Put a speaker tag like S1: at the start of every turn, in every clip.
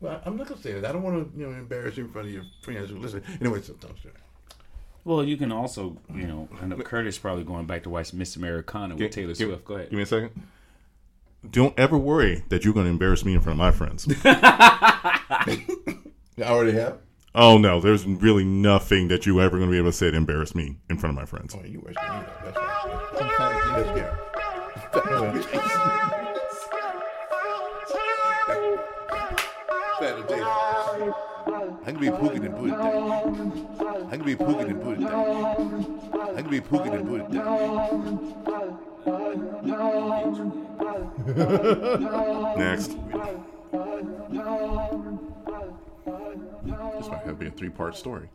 S1: Well, I'm not gonna say that. I don't want to, you know, embarrass you in front of your friends who listen. Anyway, sometimes.
S2: Well, you can also, you know, end up Curtis probably going back to watch Miss Americana with Taylor
S3: give-
S2: Swift. Go ahead.
S3: Give me a second. Don't ever worry that you're going to embarrass me in front of my friends.
S1: I already have.
S3: oh no, there's really nothing that you ever going to be able to say to embarrass me in front of my friends.
S1: Oh, you worse than me. though. That's right. That's yeah. Saturday. I can be pooking and put it down. I can be pooking and put it down. I can be pooking and put it down.
S3: Next,
S1: This might have to be a three-part story.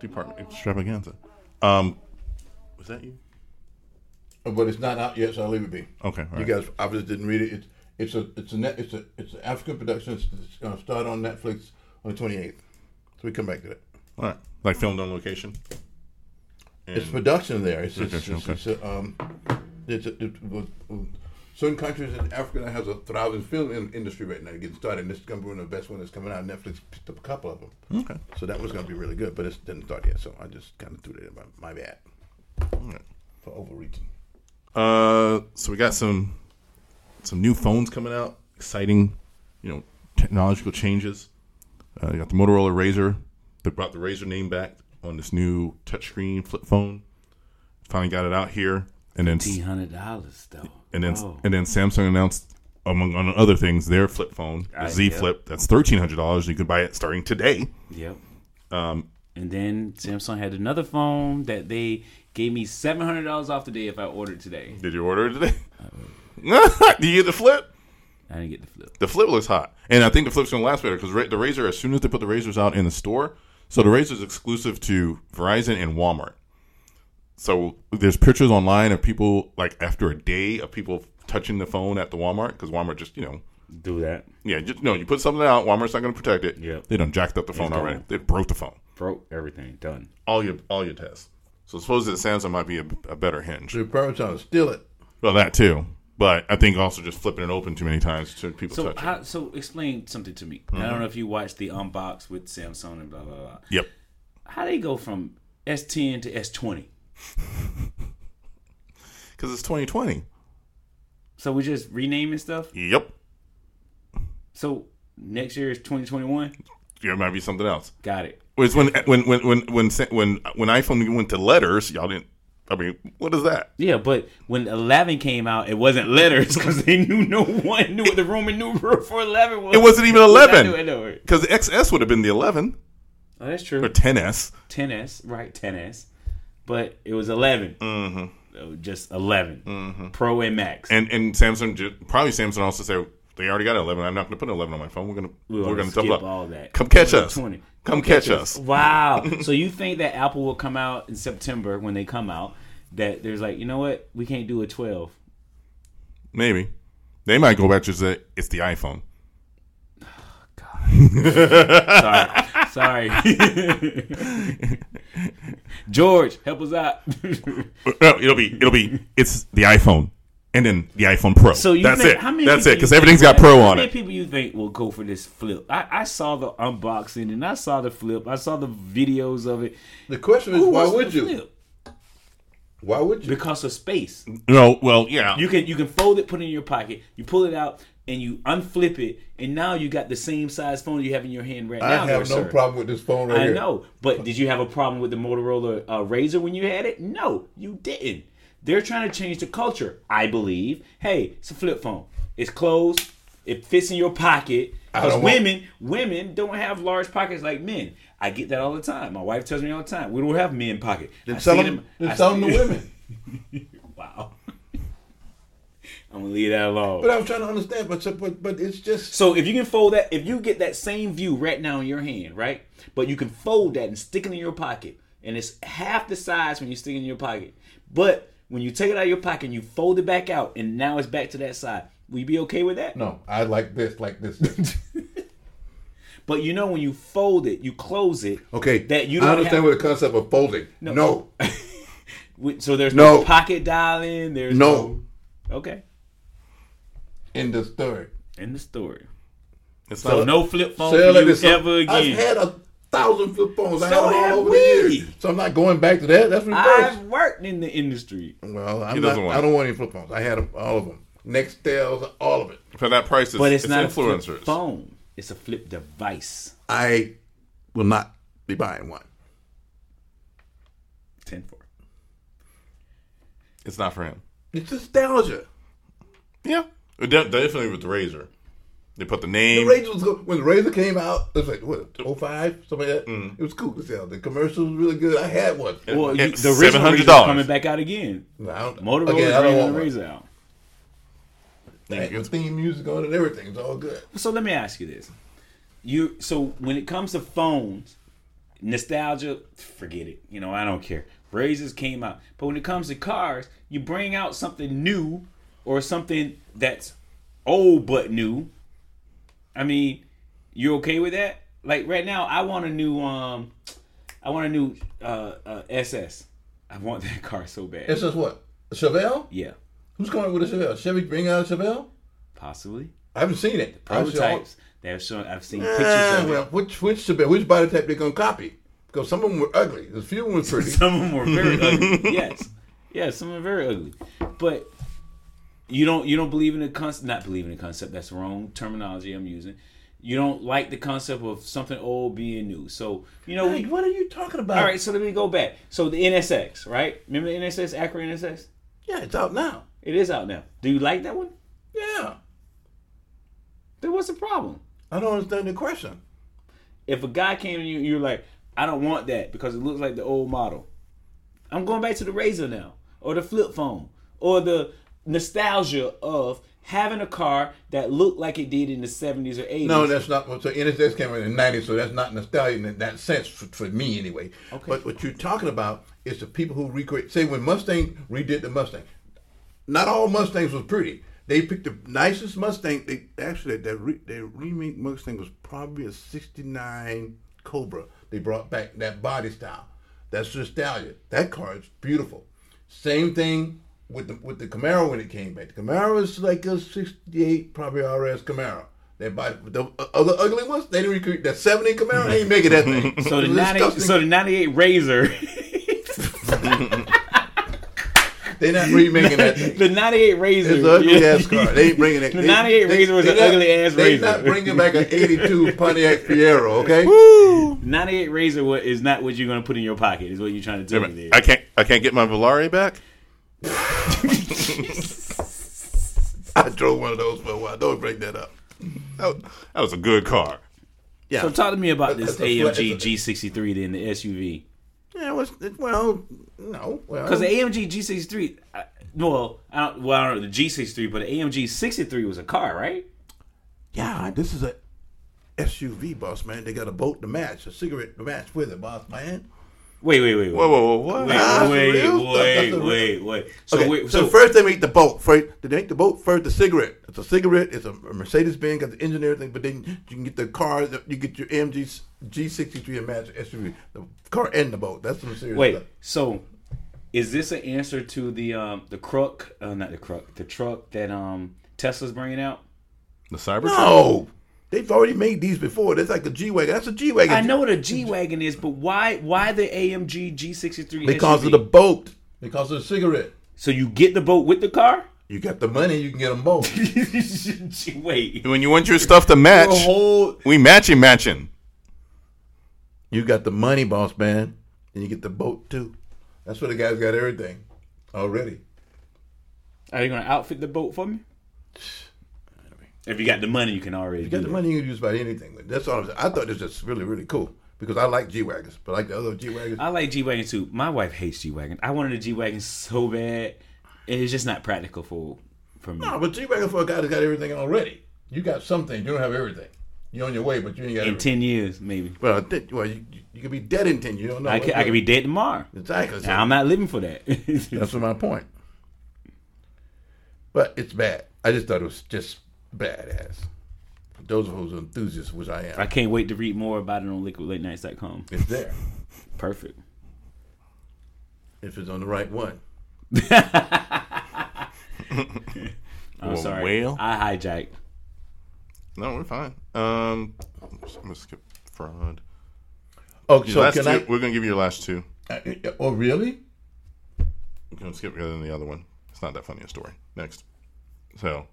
S1: Three-part.
S3: extravaganza. Um, was that you?
S1: Uh, But it's not out yet, so I'll leave it be.
S3: Okay, all right.
S1: You guys obviously didn't read it. It's it's a it's a net, it's a it's an African production. It's, it's going to start on Netflix on the 28th. So we come back to that.
S3: All right, like filmed on location.
S1: It's production there. It's, it's,
S3: Production,
S1: it's, it's, uh, um, it's, it, it, was- certain countries in Africa now has a thriving film in, industry right now getting started. And this is going to be one of the best ones that's coming out. Netflix picked up a couple of them.
S3: Okay.
S1: So that was going to be really good, but it didn't start yet. So I just kind of threw that in. My, my bad
S3: All right.
S1: for overreaching.
S3: Uh, so we got some some new phones coming out. Exciting, you know, technological changes. Uh, you got the Motorola Razor. They brought the Razor name back on this new touchscreen flip phone. Finally got it out here, and then
S2: Three hundred dollars though.
S3: and then
S2: oh.
S3: and then Samsung announced, among on other things, their flip phone, the
S2: Uh,
S3: Z
S2: yeah.
S3: Flip. That's thirteen hundred dollars. You could buy it starting today.
S2: yep.
S3: Um,
S2: and then Samsung had another phone that they gave me seven hundred dollars off today if I ordered today.
S3: Did you order it today? Do you get the flip?
S2: I didn't get the flip.
S3: The flip looks hot, and I think the flip's gonna last better because ra- the razor. As soon as they put the razors out in the store, so the razor's exclusive to Verizon and Walmart. So there's pictures online of people like after a day of people touching the phone at the Walmart because Walmart just you know
S2: Do that.
S3: yeah just no you put something out Walmart's not gonna protect it
S2: Yep.
S3: they done jacked up the phone
S2: gone.
S3: already they broke the phone
S2: Broke everything. Done.
S3: all your all your tests so suppose that Samsung might be a, a better hinge
S1: So you're trying to steal it.
S3: well that too but I think also just flipping it open too many times to people
S2: So
S3: touch it. Mm-hmm.
S2: how, so explain something to me. I don't know if you watched the unbox with Samsung and blah blah blah.
S3: yep
S2: How they go from S ten to S twenty?
S3: because it's 2020
S2: So we just renaming stuff.
S3: yep
S2: So next year is twenty twenty one.
S3: there might be something else.
S2: Got it.
S3: It's when when when when when sa- when when iPhone went to letters, y'all didn't. I mean, what is that?
S2: Yeah, but when eleven came out, it wasn't letters because they knew no one knew what the Roman numeral for eleven was.
S3: It wasn't even
S2: I knew it, I
S3: eleven
S2: know it.
S3: because the XS would have been the eleven
S2: Oh, that's true.
S3: or 10s.
S2: Ten S, right? Ten S, but it was 11 Mm-hmm. Just 11 Pro and Max.
S3: Mm-hmm. And and Samsung ju- probably Samsung also said they already got an eleven. I'm not going to put an eleven on my phone. We're going to
S2: We
S3: we are
S2: wanna
S3: going to double
S2: skip
S3: up.
S2: all that.
S3: Come catch
S2: Go to
S3: us.
S2: 20.
S3: Come catch us.
S2: Wow. so you think that Apple will come out in September when they come out that there's like, you know what? We can't do a 12.
S3: Maybe they might go back to say it's the iPhone.
S2: Sorry. Sorry. George, help us out.
S3: Uh, No, it'll be it'll be it's the iPhone and then the iPhone Pro.
S2: so you
S3: that's
S2: think,
S3: it.
S2: How many
S3: that's
S2: people
S3: it because
S2: you
S3: everything's
S2: think-
S3: got Pro
S2: how
S3: on
S2: many
S3: it.
S2: people you think will go for this flip? I, I saw the unboxing and I saw the flip. I saw the videos of it.
S1: The question is,
S2: Who
S1: why
S2: wants
S1: would
S2: the
S1: you?
S2: flip?
S1: Why would you?
S2: Because of space.
S3: No, well, yeah.
S2: You can you can fold it, put it in your pocket. You pull it out and you unflip it, and now you got the same size phone you have in your hand right
S1: I
S2: now.
S1: have
S2: there,
S1: no
S2: sir.
S1: problem with this phone right
S2: I
S1: here.
S2: know, but did you have a problem with the Motorola uh, Razor when you had it? No, you didn't. They're trying to change the culture, I believe. Hey, it's a flip phone. It's closed. It fits in your pocket. Because
S1: don't want-
S2: women, women don't have large pockets like men. I get that all the time. My wife tells me all the time, we don't have men pocket. I
S1: Then sell
S2: see
S1: them,
S2: I
S1: then sell them to
S2: see-
S1: women.
S2: Wow. I'm gonna leave that alone.
S1: But I'm trying to understand. But so- but but it's just
S2: So if you can fold that, if you get that same view right now in your hand, right? But you can fold that and stick it in your pocket, and it's half the size when you stick it in your pocket. But when you take it out of your pocket and you fold it back out, and now it's back to that side. Will you be okay with that?
S1: no. I like this, like this.
S2: But you know when you fold it, you close it.
S1: Okay,
S2: That you
S1: I
S2: don't
S1: understand
S2: have-
S1: with the concept of folding. No, no,
S2: Wi- So there's no,
S1: No.
S2: pocket dialing. There's Okay.
S1: in the story.
S2: End the story.
S3: It's
S2: So
S3: not
S2: no flip phone
S1: Sell
S2: for
S1: it
S2: Oh, you
S1: to some-
S2: ever
S1: I've
S2: again.
S1: had a thousand flip phones. I had
S2: So
S1: them all
S2: have
S1: over the
S2: we.
S1: years. So I'm not going back to that. That's reverse.
S2: I've worked in the industry.
S1: well, I'm
S3: He
S1: not,
S3: doesn't want
S1: I don't want any flip phones. I had 'em- all of them. Nextels, all of it.
S3: for that price. It's,
S2: But it's, not a flip
S3: influencers.
S2: phone. It's a flip device.
S1: I will not be buying one.
S2: Ten four.
S3: It's not for him.
S1: It's nostalgia.
S3: Yeah, De- definitely with the razor. They put the
S1: The
S3: name.
S1: Razor was good. When the Razor came out, it was like, what, 05, something like that? It was cool to sell. The commercial was really good. I had one.
S2: Well, you,
S3: It's
S2: the original
S3: $700
S2: razor coming back out again.
S1: I don't,
S2: Motorola
S1: again,
S2: is
S1: I don't
S2: bringing
S1: want
S2: the
S1: one.
S2: razor out.
S1: Thank you. Theme music on it, everything. It's all good.
S2: So let me ask you this: You so when it comes to phones, nostalgia, forget it. You know, I don't care. Razors came out, but when it comes to cars, you bring out something new or something that's old but new. I mean, you okay with that? Like right now, I want a new um, I want a new uh, uh SS. I want that car so bad.
S1: It's just what? A Chevelle?
S2: yeah,
S1: Who's coming with a Chevelle? Chevy bring out a Chevelle?
S2: possibly
S1: I haven't seen it.
S2: prototypes. They're showing. I've seen pictures
S1: Ah,
S2: of it.
S1: well, which which Chevelle? Which body type they gonna copy? Because some of them were ugly. A few of them were pretty.
S2: Some of them were very ugly. Yes, yeah, some are very ugly. But you don't you don't believe in the concept. Not believe in the concept. That's the wrong terminology I'm using. You don't like the concept of something old being new. So you know.
S1: Hey,
S2: We,
S1: what are you talking about?
S2: all right. So let me go back. So the NSX, right? Remember the NSX, Acura NSX?
S1: Yeah, it's out now.
S2: It is out now. Do you like that one?
S1: Yeah.
S2: There was a problem.
S1: I don't understand the question.
S2: If a guy came to you, and you're like, I don't want that because it looks like the old model. I'm going back to the razor now, or the flip phone, or the nostalgia of having a car that looked like it did in the 70s or 80s.
S1: No, that's not. So NSX came out in the '90s, so that's not nostalgia in that sense for, for me anyway.
S2: Okay.
S1: But what you're talking about is the people who recreate. Say when Mustang redid the Mustang, not all Mustangs was pretty. They picked the nicest Mustang. They actually that re, their remake Mustang was probably a '69 Cobra. They brought back that body style. That's nostalgia. That car is beautiful. Same thing with the with the Camaro when it came back. The Camaro is like a '68 probably RS Camaro. They buy the uh, other ugly ones. They didn't recruit that '70 Camaro. They ain't making that thing.
S2: so, the
S1: It's
S2: 90,
S1: disgusting.
S2: so the 98 razor,
S1: they're not remaking that thing.
S2: the 98 razor.
S1: It's an ugly
S2: yeah.
S1: ass car. They ain't bringing it.
S2: The
S1: they-
S2: 98
S1: they-
S2: Razor was
S1: they
S2: an
S1: not-
S2: ugly-ass
S1: they
S2: Razor.
S1: not bringing back an 82 Pontiac Fiero, okay?
S2: 98 razor wa- is not what you're going to put in your pocket, is what you're trying to
S3: Wait
S2: tell
S3: a
S2: me
S3: minute.
S2: there.
S3: I can't. I can't get my Volare back.
S1: I drove one of those for a while. Don't bring that up.
S3: That, that was a good car.
S1: Yeah.
S2: so talk to me about this
S1: That's a fla-
S2: AMG
S1: it's a-
S2: G63 then, the SUV.
S1: yeah, it was, it, well, no. Well,
S2: Because the AMG G63, I- well, I don't, well, I don't know the G63, but the AMG 63 was a car, right?
S1: yeah, this is a SUV, boss man. They got a boat to match, a cigarette to match with it, boss man.
S2: Wait, wait, wait, wait.
S3: Whoa, whoa, whoa,
S2: Wait,
S3: whoa.
S1: Ah,
S2: wait,
S1: that's real stuff.
S2: wait,
S1: That's a
S2: wait, wait. So,
S1: okay,
S2: wait,
S1: so,
S2: so,
S1: first they make the boat. First they make the boat. First the cigarette. It's a cigarette. It's a Mercedes Benz. Got the engineering thing, but then you can get the car. the- You get your MG G63 and match SUV. The car and the boat. That's some serious
S2: wait,
S1: stuff.
S2: so is this an answer to the um the crook? Uh, not the crook, the truck that um Tesla's bringing out.
S3: The Cyber.
S1: No, they've already made these before. That's like a G wagon. That's a G wagon.
S2: I know what a G wagon is, but why why the AMG G63?
S1: because
S2: SUV?
S1: of the boat. Because of the cigarette.
S2: E so you get the boat with the car.
S1: You got the money. You can get them both.
S2: wait,
S3: When you want your stuff to match,
S2: the whole
S3: we matching matching.
S1: you got the money, boss man, and you get the boat too. That's where the guy's got everything already.
S2: Are you gonna outfit the boat for me? If you got the money, you can already.
S1: You
S2: do
S1: got the
S2: that.
S1: money you can use about anything. with. That's all I'm saying. I thought this was really, really cool because I like G Wagons, but I like the other G Wagons.
S2: I like G wagon too. My wife hates G wagon. I wanted a G wagon so bad, and it's just not practical for for me.
S1: No, but G Wagon for a guy that's got everything already. You got something. You don't have everything. You're on your way, but you ain't got
S2: In
S1: everything.
S2: ten years, maybe
S1: Well, th- well you, you- you could be dead in 10. You don't know.
S2: I could, I could be dead tomorrow.
S1: Exactly. So
S2: I'm not living for that.
S1: that's my point. But it's bad. I just thought it was just badass. For those of who's enthusiasts, which I am,
S2: I can't wait to read more about it on LiquidLateNights.com.
S1: it's there.
S2: Perfect.
S1: If it's on the right one.
S2: I'm
S3: Well,
S2: Oh, sorry.
S3: well.
S2: I hijacked.
S3: No, we're fine. Um, I'm just- I'm gonna skip fraud.
S1: Oh,
S3: Your
S1: so
S3: last
S1: can
S3: two,
S1: I?
S3: We're gonna give you your last two.
S1: uh, Oh, really?
S3: We're gonna skip rather than the other one. It's not that funny a story. Next. So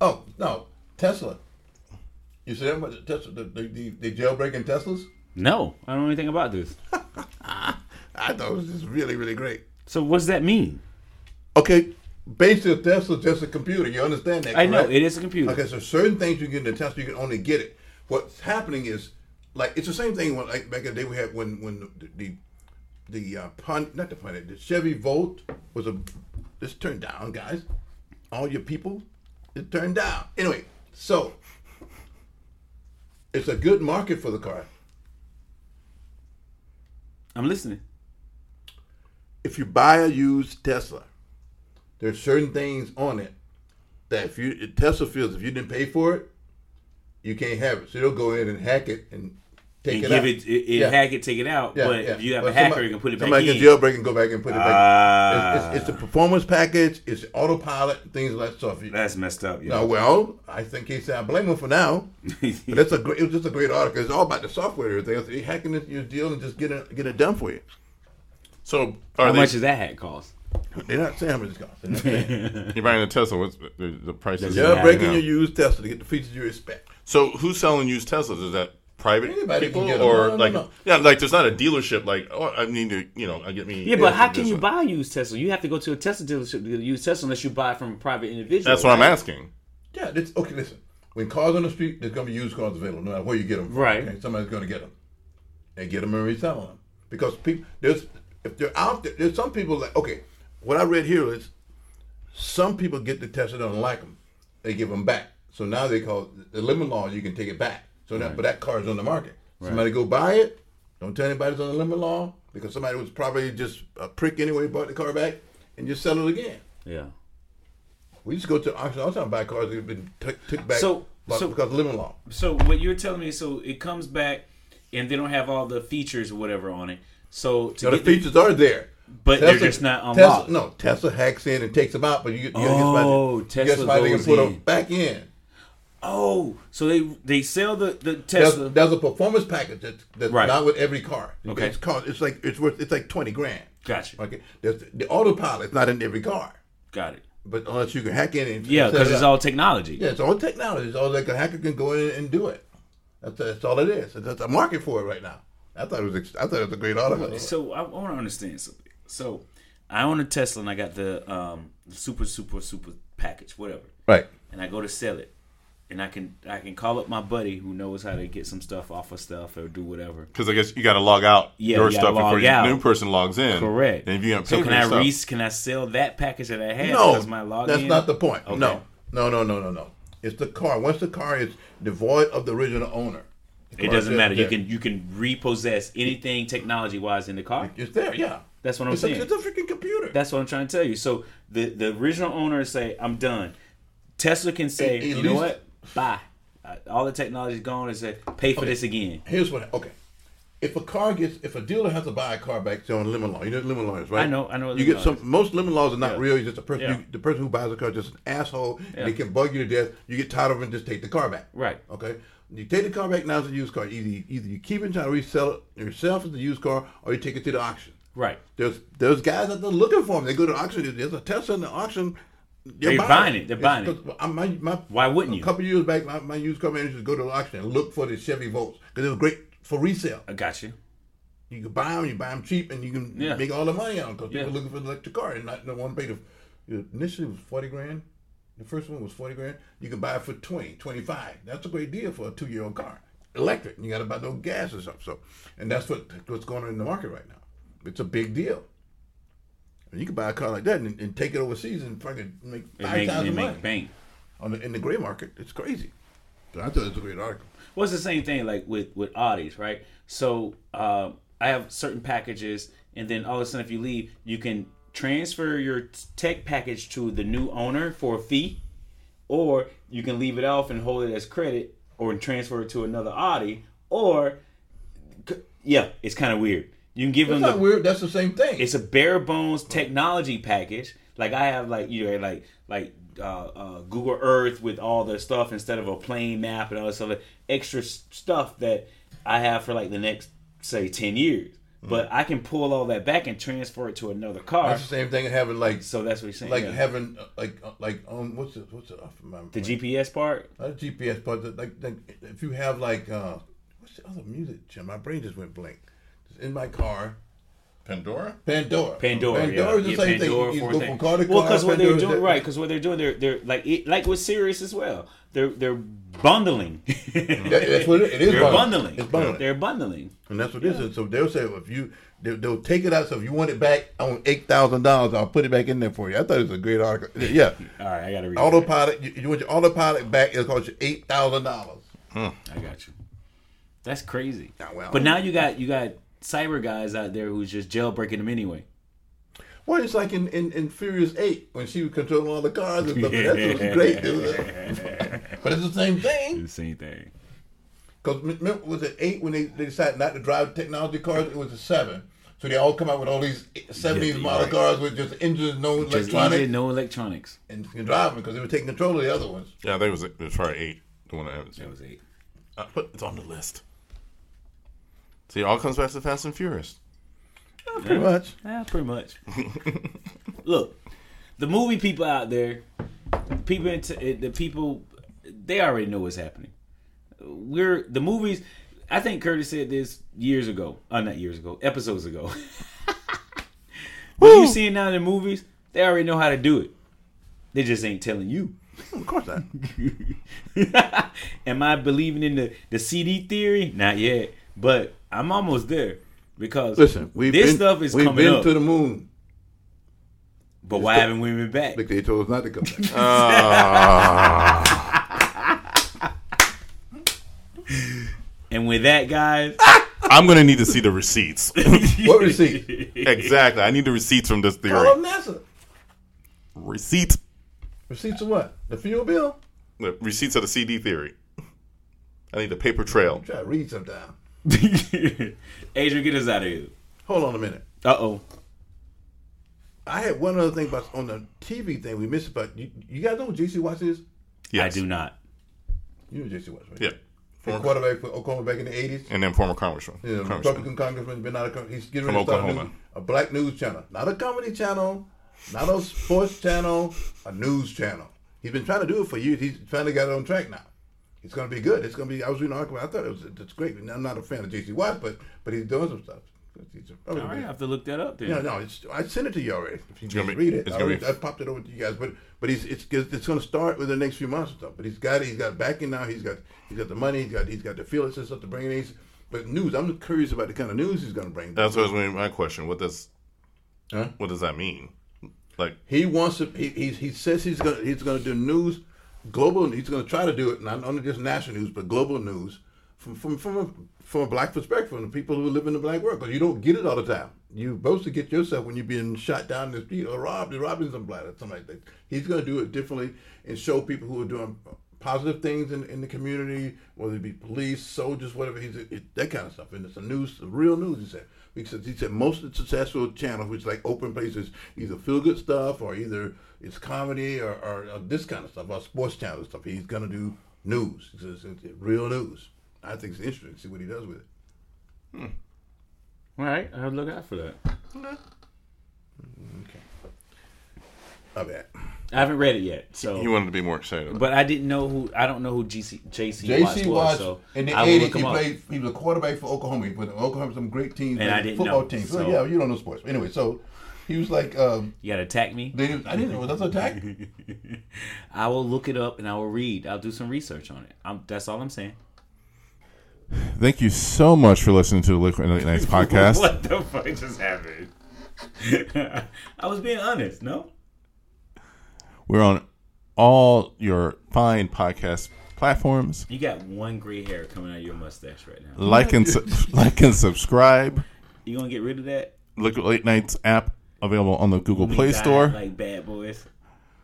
S1: Oh no, Tesla. You see them? with the Tesla, the, the, the, the jailbreaking Teslas.
S2: No, I don't know anything about this.
S1: I thought it was just really, really great.
S2: So what's that mean?
S1: Okay, basically Tesla's just a computer. You understand that?
S2: I know
S1: correct?
S2: it is a computer.
S1: Okay, so certain things you get in the Tesla, you can only get it. What's happening is like it's the same thing when like back in the day we had when when the the, the uh, pun not the pun the Chevy Volt was a this turned down guys, all your people, it turned down anyway. So it's a good market for the car.
S2: I'm listening.
S1: if you buy a used Tesla, there's certain things on it that if you if Tesla feels if you didn't pay for it, you can't have it. So they'll go in and hack it and take
S2: And
S1: it
S2: give
S1: out.
S2: it, it, it
S1: Yeah.
S2: hack it, take it out.
S1: Yeah,
S2: but
S1: yeah.
S2: if you have
S1: But
S2: a hacker,
S1: somebody-
S2: you can put it back
S1: somebody
S2: in.
S1: can jailbreak and go back and put it back.
S2: Ah.
S1: it's, it's, it's the performance package. It's the autopilot, things like that stuff. You-
S2: That's messed up.
S1: Now,
S2: Yeah.
S1: well, I think he said I blame him for now. But that's a great, it was just a great article. It's all about the software and everything. It's hacking into your deal and just getting it, get it done for you.
S3: so are
S2: How
S3: they,
S2: much does that hat cost?
S1: They're not saying how much it costs. They're not saying.
S3: you're buying a Tesla? What's the- the, the price? is-
S1: Yeah,
S2: Yeah,
S1: breaking
S3: I know.
S1: your used Tesla to get the features you expect.
S3: So who's selling used Teslas? Is that private
S1: Anybody can
S3: people
S1: get 'em.
S3: or
S1: No, no,
S3: like
S1: no.
S3: yeah, like there's not a dealership like oh I need to you know I get me
S2: Yeah, but how
S3: this
S2: can you
S3: one.
S2: buy a used Tesla? You have to go to a Tesla dealership to get a used Tesla unless you buy it from a private individual.
S3: That's what I'm asking.
S1: Yeah, it's, okay, listen. When cars on the street, there's going to be used cars available, no matter where you get them.
S2: Right.
S1: Okay, somebody's going to get them. And get them and resell them. Because people, there's, if they're out there, there's some people like, okay, what I read here is some people get the Tesla, they don't like them. They give them back. So now they call, the lemon law, you can take it back. So now, but that car is on the market. Somebody go buy it. Don't tell anybody it's on the lemon law because somebody was probably just a prick anyway, bought the car back and just sell it again.
S2: Yeah.
S1: We used to go to auction all the time and buy cars that have been took took back
S2: So-
S1: by-
S2: so-
S1: because of living law.
S2: So what you're telling me? So it comes back, and they don't have all the features or whatever on it. So to
S1: Now, the features are there.
S2: But they're just not unlocked.
S1: Tesla, no, Tesla hacks in and takes them out, but you, you
S2: Oh,
S1: get somebody, you get
S2: Tesla
S1: somebody
S2: goes
S1: can put them
S2: in.
S1: back in.
S2: oh, so they they sell the the
S1: There's,
S2: Tesla.
S1: there's a performance package that's, that's
S2: Right.
S1: not with every car.
S2: Okay.
S1: it's, cost, it's like it's worth it's like twenty grand.
S2: Gotcha.
S1: Okay, there's, the autopilot's not in every car,
S2: Got it.
S1: but unless you can hack in and
S2: Yeah,
S1: set
S2: because
S1: it
S2: it's
S1: up.
S2: all technology.
S1: yeah, it's all technology. It's all like a hacker can go in and do it. That's, that's all it is. That's a market for it right now. I thought it was ex- I thought it was a great article.
S2: So I, want to understand something. So I own a Tesla and I got the um, super super super package, whatever.
S1: Right.
S2: And I go to sell it, and I can I can call up my buddy who knows how to get some stuff off of stuff or do whatever.
S3: Because I guess you got to log out
S2: Yeah,
S3: your
S2: you gotta
S3: stuff
S2: log
S3: before
S2: out.
S3: the new person logs in.
S2: Correct.
S3: And if you got
S2: so
S3: paid
S2: can
S3: for your
S2: I
S3: stuff,
S2: re- can I sell that package that I had?
S1: No,
S2: because my login?
S1: that's not the point.
S2: Okay.
S1: No, no, no, no, no, no. It's the car. Once the car is devoid of the original owner, the
S2: It
S1: car is
S2: doesn't matter. You
S1: there.
S2: can you can repossess anything technology wise in the car.
S1: It's there. Yeah.
S2: That's what I'm
S1: it's
S2: saying.
S1: A, it's a freaking computer.
S2: That's what I'm trying to tell you. So the the original owner say, "I'm done." Tesla can say,
S1: At- at
S2: "You know
S1: least-
S2: what? Bye." Uh, All the technology's gone. Is say, "Pay for this again."
S1: Here's what. Okay. If a car gets, if a dealer has to buy a car back, say on lemon law, you know what lemon law is, right?
S2: I know- I know what
S1: You
S2: lemon
S1: get
S2: law
S1: some. Most lemon laws are not
S2: Yeah.
S1: real. It's just a person.
S2: Yeah.
S1: You, the person who buys a car is just an asshole,
S2: Yeah.
S1: and they can bug you to death. You get tired of it, and just take the car back.
S2: Right.
S1: Okay. You take the car back now. It's a used car. Either either you keep it and try to resell it yourself as a used car, or you take it to the auction.
S2: Right.
S1: There's there's guys out there looking for them. They go to auction. There's a Tesla in the auction. They're
S2: They're buying it. They're
S1: It's
S2: buying
S1: 'cause I- My, my,
S2: Why wouldn't you?
S1: A couple years back, my, my used car manager would go to the auction and look for the Chevy Volts because it was great for resale.
S2: I got you.
S1: You can buy them, you buy them cheap, and you can
S2: Yeah.
S1: make all the money on because
S2: Yeah.
S1: people looking for an electric car and not no one paid. The, you know, initially it was forty grand. The first one was forty grand. You can buy it for 20, 25. That's a great deal for a two year old car, electric. And you got to buy no gas or something. So, and that's what what's going on in the market right now. It's a big deal. And you can buy a car like that and, and take it overseas and fucking make
S2: It
S1: five
S2: makes
S1: times the
S2: it
S1: money
S2: make bank.
S1: on the, in the gray market. It's crazy. So I thought it was a great article.
S2: Well, it's the same thing like with with Audis, right? So um, I have certain packages, and then all of a sudden, if you leave, you can transfer your t- tech package to the new owner for a fee, or you can leave it off and hold it as credit, or transfer it to another Audi, or c- yeah, it's kind of weird. You can give
S1: It's
S2: them
S1: not
S2: the
S1: weird. That's the same thing.
S2: it's a bare bones technology package. Like I have like you know like like uh, uh, Google Earth with all the stuff instead of a plain map and all this other extra s- stuff that I have for like the next say ten years.
S1: Mm.
S2: But I can pull all that back and transfer it to another car.
S1: That's the same thing having like
S2: so that's what he's saying.
S1: like
S2: yeah.
S1: having uh, like uh, like um what's the what's the, uh, my,
S2: the GPS part.
S1: not the GPS but the, like, like if you have like uh what's the other music? Jim? My brain just went blank. It's in my car.
S3: Pandora?
S1: Pandora. Pandora
S2: Pandora,
S1: is
S2: yeah.
S1: the
S2: Yeah,
S1: same
S2: Pandora
S1: thing. You
S2: for
S1: go
S2: a
S1: from
S2: thing.
S1: car to car.
S2: Well, because what they're
S1: Pandora's
S2: doing,
S1: that-
S2: right? Because what they're doing, they're they're like it, like with Sirius as well. They're they're bundling.
S1: That- that's what it, it is.
S2: they're bundling.
S1: It's bundling.
S2: They're bundling.
S1: And that's what this is. So they'll say if you they, they'll take it out. So if you want it back, I want eight thousand dollars. I'll put it back in there for you. I thought it was a great article. Yeah,
S2: All right, I gotta read. that.
S1: autopilot. You, you want your autopilot back? It'll cost you eight thousand dollars.
S2: I got you. That's crazy.
S1: Ah, well.
S2: But now you got you got cyber guys out there who's just jailbreaking them anyway.
S1: Well, it's like in, in, in Furious Eight when she was controlling all the cars and stuff. That's That was great. It was- but it's the same thing.
S2: The same thing.
S1: Because remember, was it eight when they, they decided not to drive technology cars? It was a seven. So they all come out with all these seventies
S2: Yeah,
S1: model
S2: right.
S1: cars with just engines, no
S2: Just
S1: electronic,
S2: easy, no electronics.
S1: and you can drive them because they were taking control of the other ones.
S3: Yeah, I think it was, it was probably eight. The one I haven't seen.
S2: That was eight.
S3: Uh, but it's on the list. See, it all comes back to Fast and Furious.
S1: Pretty much.
S2: Yeah, pretty much. Look, the movie people out there, people, into, eh, the people, they already know what's happening. We're the movies. I think Curtis said this years ago. Uh, not years ago, episodes ago. what you seeing now in the movies, they already know how to do it. They just ain't telling you.
S1: Oh, Of course not.
S2: Am I believing in the, the CD theory? Not yet, but I'm almost there because
S1: Listen, we've
S2: this
S1: been,
S2: stuff is
S1: we've
S2: coming
S1: been
S2: up.
S1: to the moon.
S2: But why haven't we been back?
S1: Like they told us not to come back.
S2: Uh,
S3: Uh,
S2: And with that, guys,
S1: Ah!
S3: I'm gonna need to see the receipts.
S1: what receipt?
S3: exactly, I need the receipts from this
S1: Call
S3: theory.
S1: up NASA.
S3: Receipts,
S1: Receipts of what? The fuel bill?
S3: the receipts of the CD theory. I need the paper trail.
S1: Try to read sometime.
S2: Adrian, get us out of here.
S1: Hold on a minute.
S2: Uh oh.
S1: I had one other thing about on the TV thing we missed, but you, you guys know who JC Watts is?
S3: Yes.
S2: I do not.
S1: You know JC Watts, right?
S3: Yeah,
S1: The quarterback for Oklahoma back in the 80s.
S3: and then former congressman.
S1: Yeah,
S3: congressman.
S1: Republican congressman, been out of con- he's getting
S3: From
S1: ready to start a,
S3: Oklahoma.
S1: news- a black news channel, not a comedy channel, not a sports channel, a news channel. He's been trying to do it for years. He's finally got it on track now. It's going to be good. It's going to be. I was reading an article. I thought it was it's great. And I'm not a fan of J.C. Watt, but but he's doing some stuff. He's a-
S2: All right, I have to look that up. Then.
S1: No, no, it's, I sent it to you already. If you just
S3: gonna be-
S1: read it,
S3: it's
S1: I,
S3: gonna
S1: already-
S3: be-
S1: I popped it over to you guys. But but he's it's it's going to start within the next few months or stuff. But he's got he's got backing now. He's got he's got the money. He's got he's got the feelings and stuff to bring in. He's, but news, I'm curious about the kind of news he's going to bring.
S3: That's what was my question. What does
S1: Huh?
S3: what does that mean? Like,
S1: He wants to. He, he he says he's gonna he's gonna do news, global. He's gonna try to do it not only just national news but global news from from from a, from a black perspective, from the people who live in the black world. Because you don't get it all the time. You're supposed to get yourself when you're being shot down in the street or robbed, or robbing somebody or something like that. He's gonna do it differently and show people who are doing positive things in, in the community, whether it be police, soldiers, whatever. He's it, that kind of stuff, and it's a news, real news. He said because he said most of the successful channels, which like open places, either feel good stuff or either it's comedy or, or, or this kind of stuff, or sports channel stuff. He's gonna do news, he says, it's real news. I think it's interesting to see what he does with it.
S2: All right, I have to look out for that.
S1: I bet.
S2: I haven't read it yet, so.
S3: he wanted to be more excited. About
S2: but I didn't know who. I don't know who GC, JC, Watts
S1: J.C.
S2: was.
S1: Watts
S2: so
S1: in the
S2: I will
S1: '80s,
S2: look
S1: he
S2: him up.
S1: played. He was a quarterback for Oklahoma. He put Oklahoma some great teams,
S2: And I
S1: like
S2: didn't
S1: football
S2: know,
S1: teams.
S2: so-
S1: Well, yeah, you don't know sports. Anyway, so he was like, um,
S2: You gotta attack me.
S1: they didn't, I didn't know was that attack.
S2: I will look it up and I will read. I'll do some research on it. I'm, that's all I'm saying.
S3: it. Thank you so much for listening to the Liquid Nights podcast.
S2: What the fuck just happened? I was being honest. No.
S3: We're on all your fine podcast platforms.
S2: You got one gray hair coming out of your mustache right now.
S3: Like and su- like and subscribe.
S2: You gonna get rid of that?
S3: Liquid Late Nights app available on the Google
S2: We
S3: Play
S2: got,
S3: Store.
S2: Like bad boys.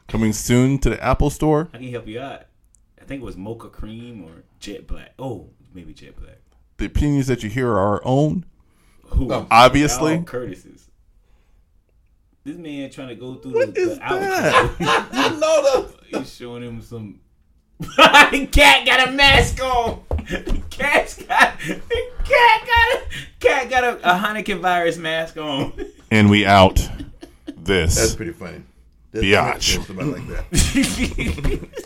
S3: Coming soon to the Apple Store.
S2: I can help you out. I think it was mocha cream or jet black. Oh, maybe jet black.
S3: The opinions that you hear are our own,
S2: Who?
S1: No.
S2: Y'all
S3: obviously.
S2: Curtis's. This man trying to go through
S3: What
S2: the,
S3: is
S2: the outfit.
S3: that?
S1: I know the
S2: He's showing him some. the cat got a mask on. The cat's got. The cat got a. Cat got a, a Heineken virus mask on.
S3: and we out this.
S1: That's pretty funny. That's
S3: Biatch.
S1: Something about like that.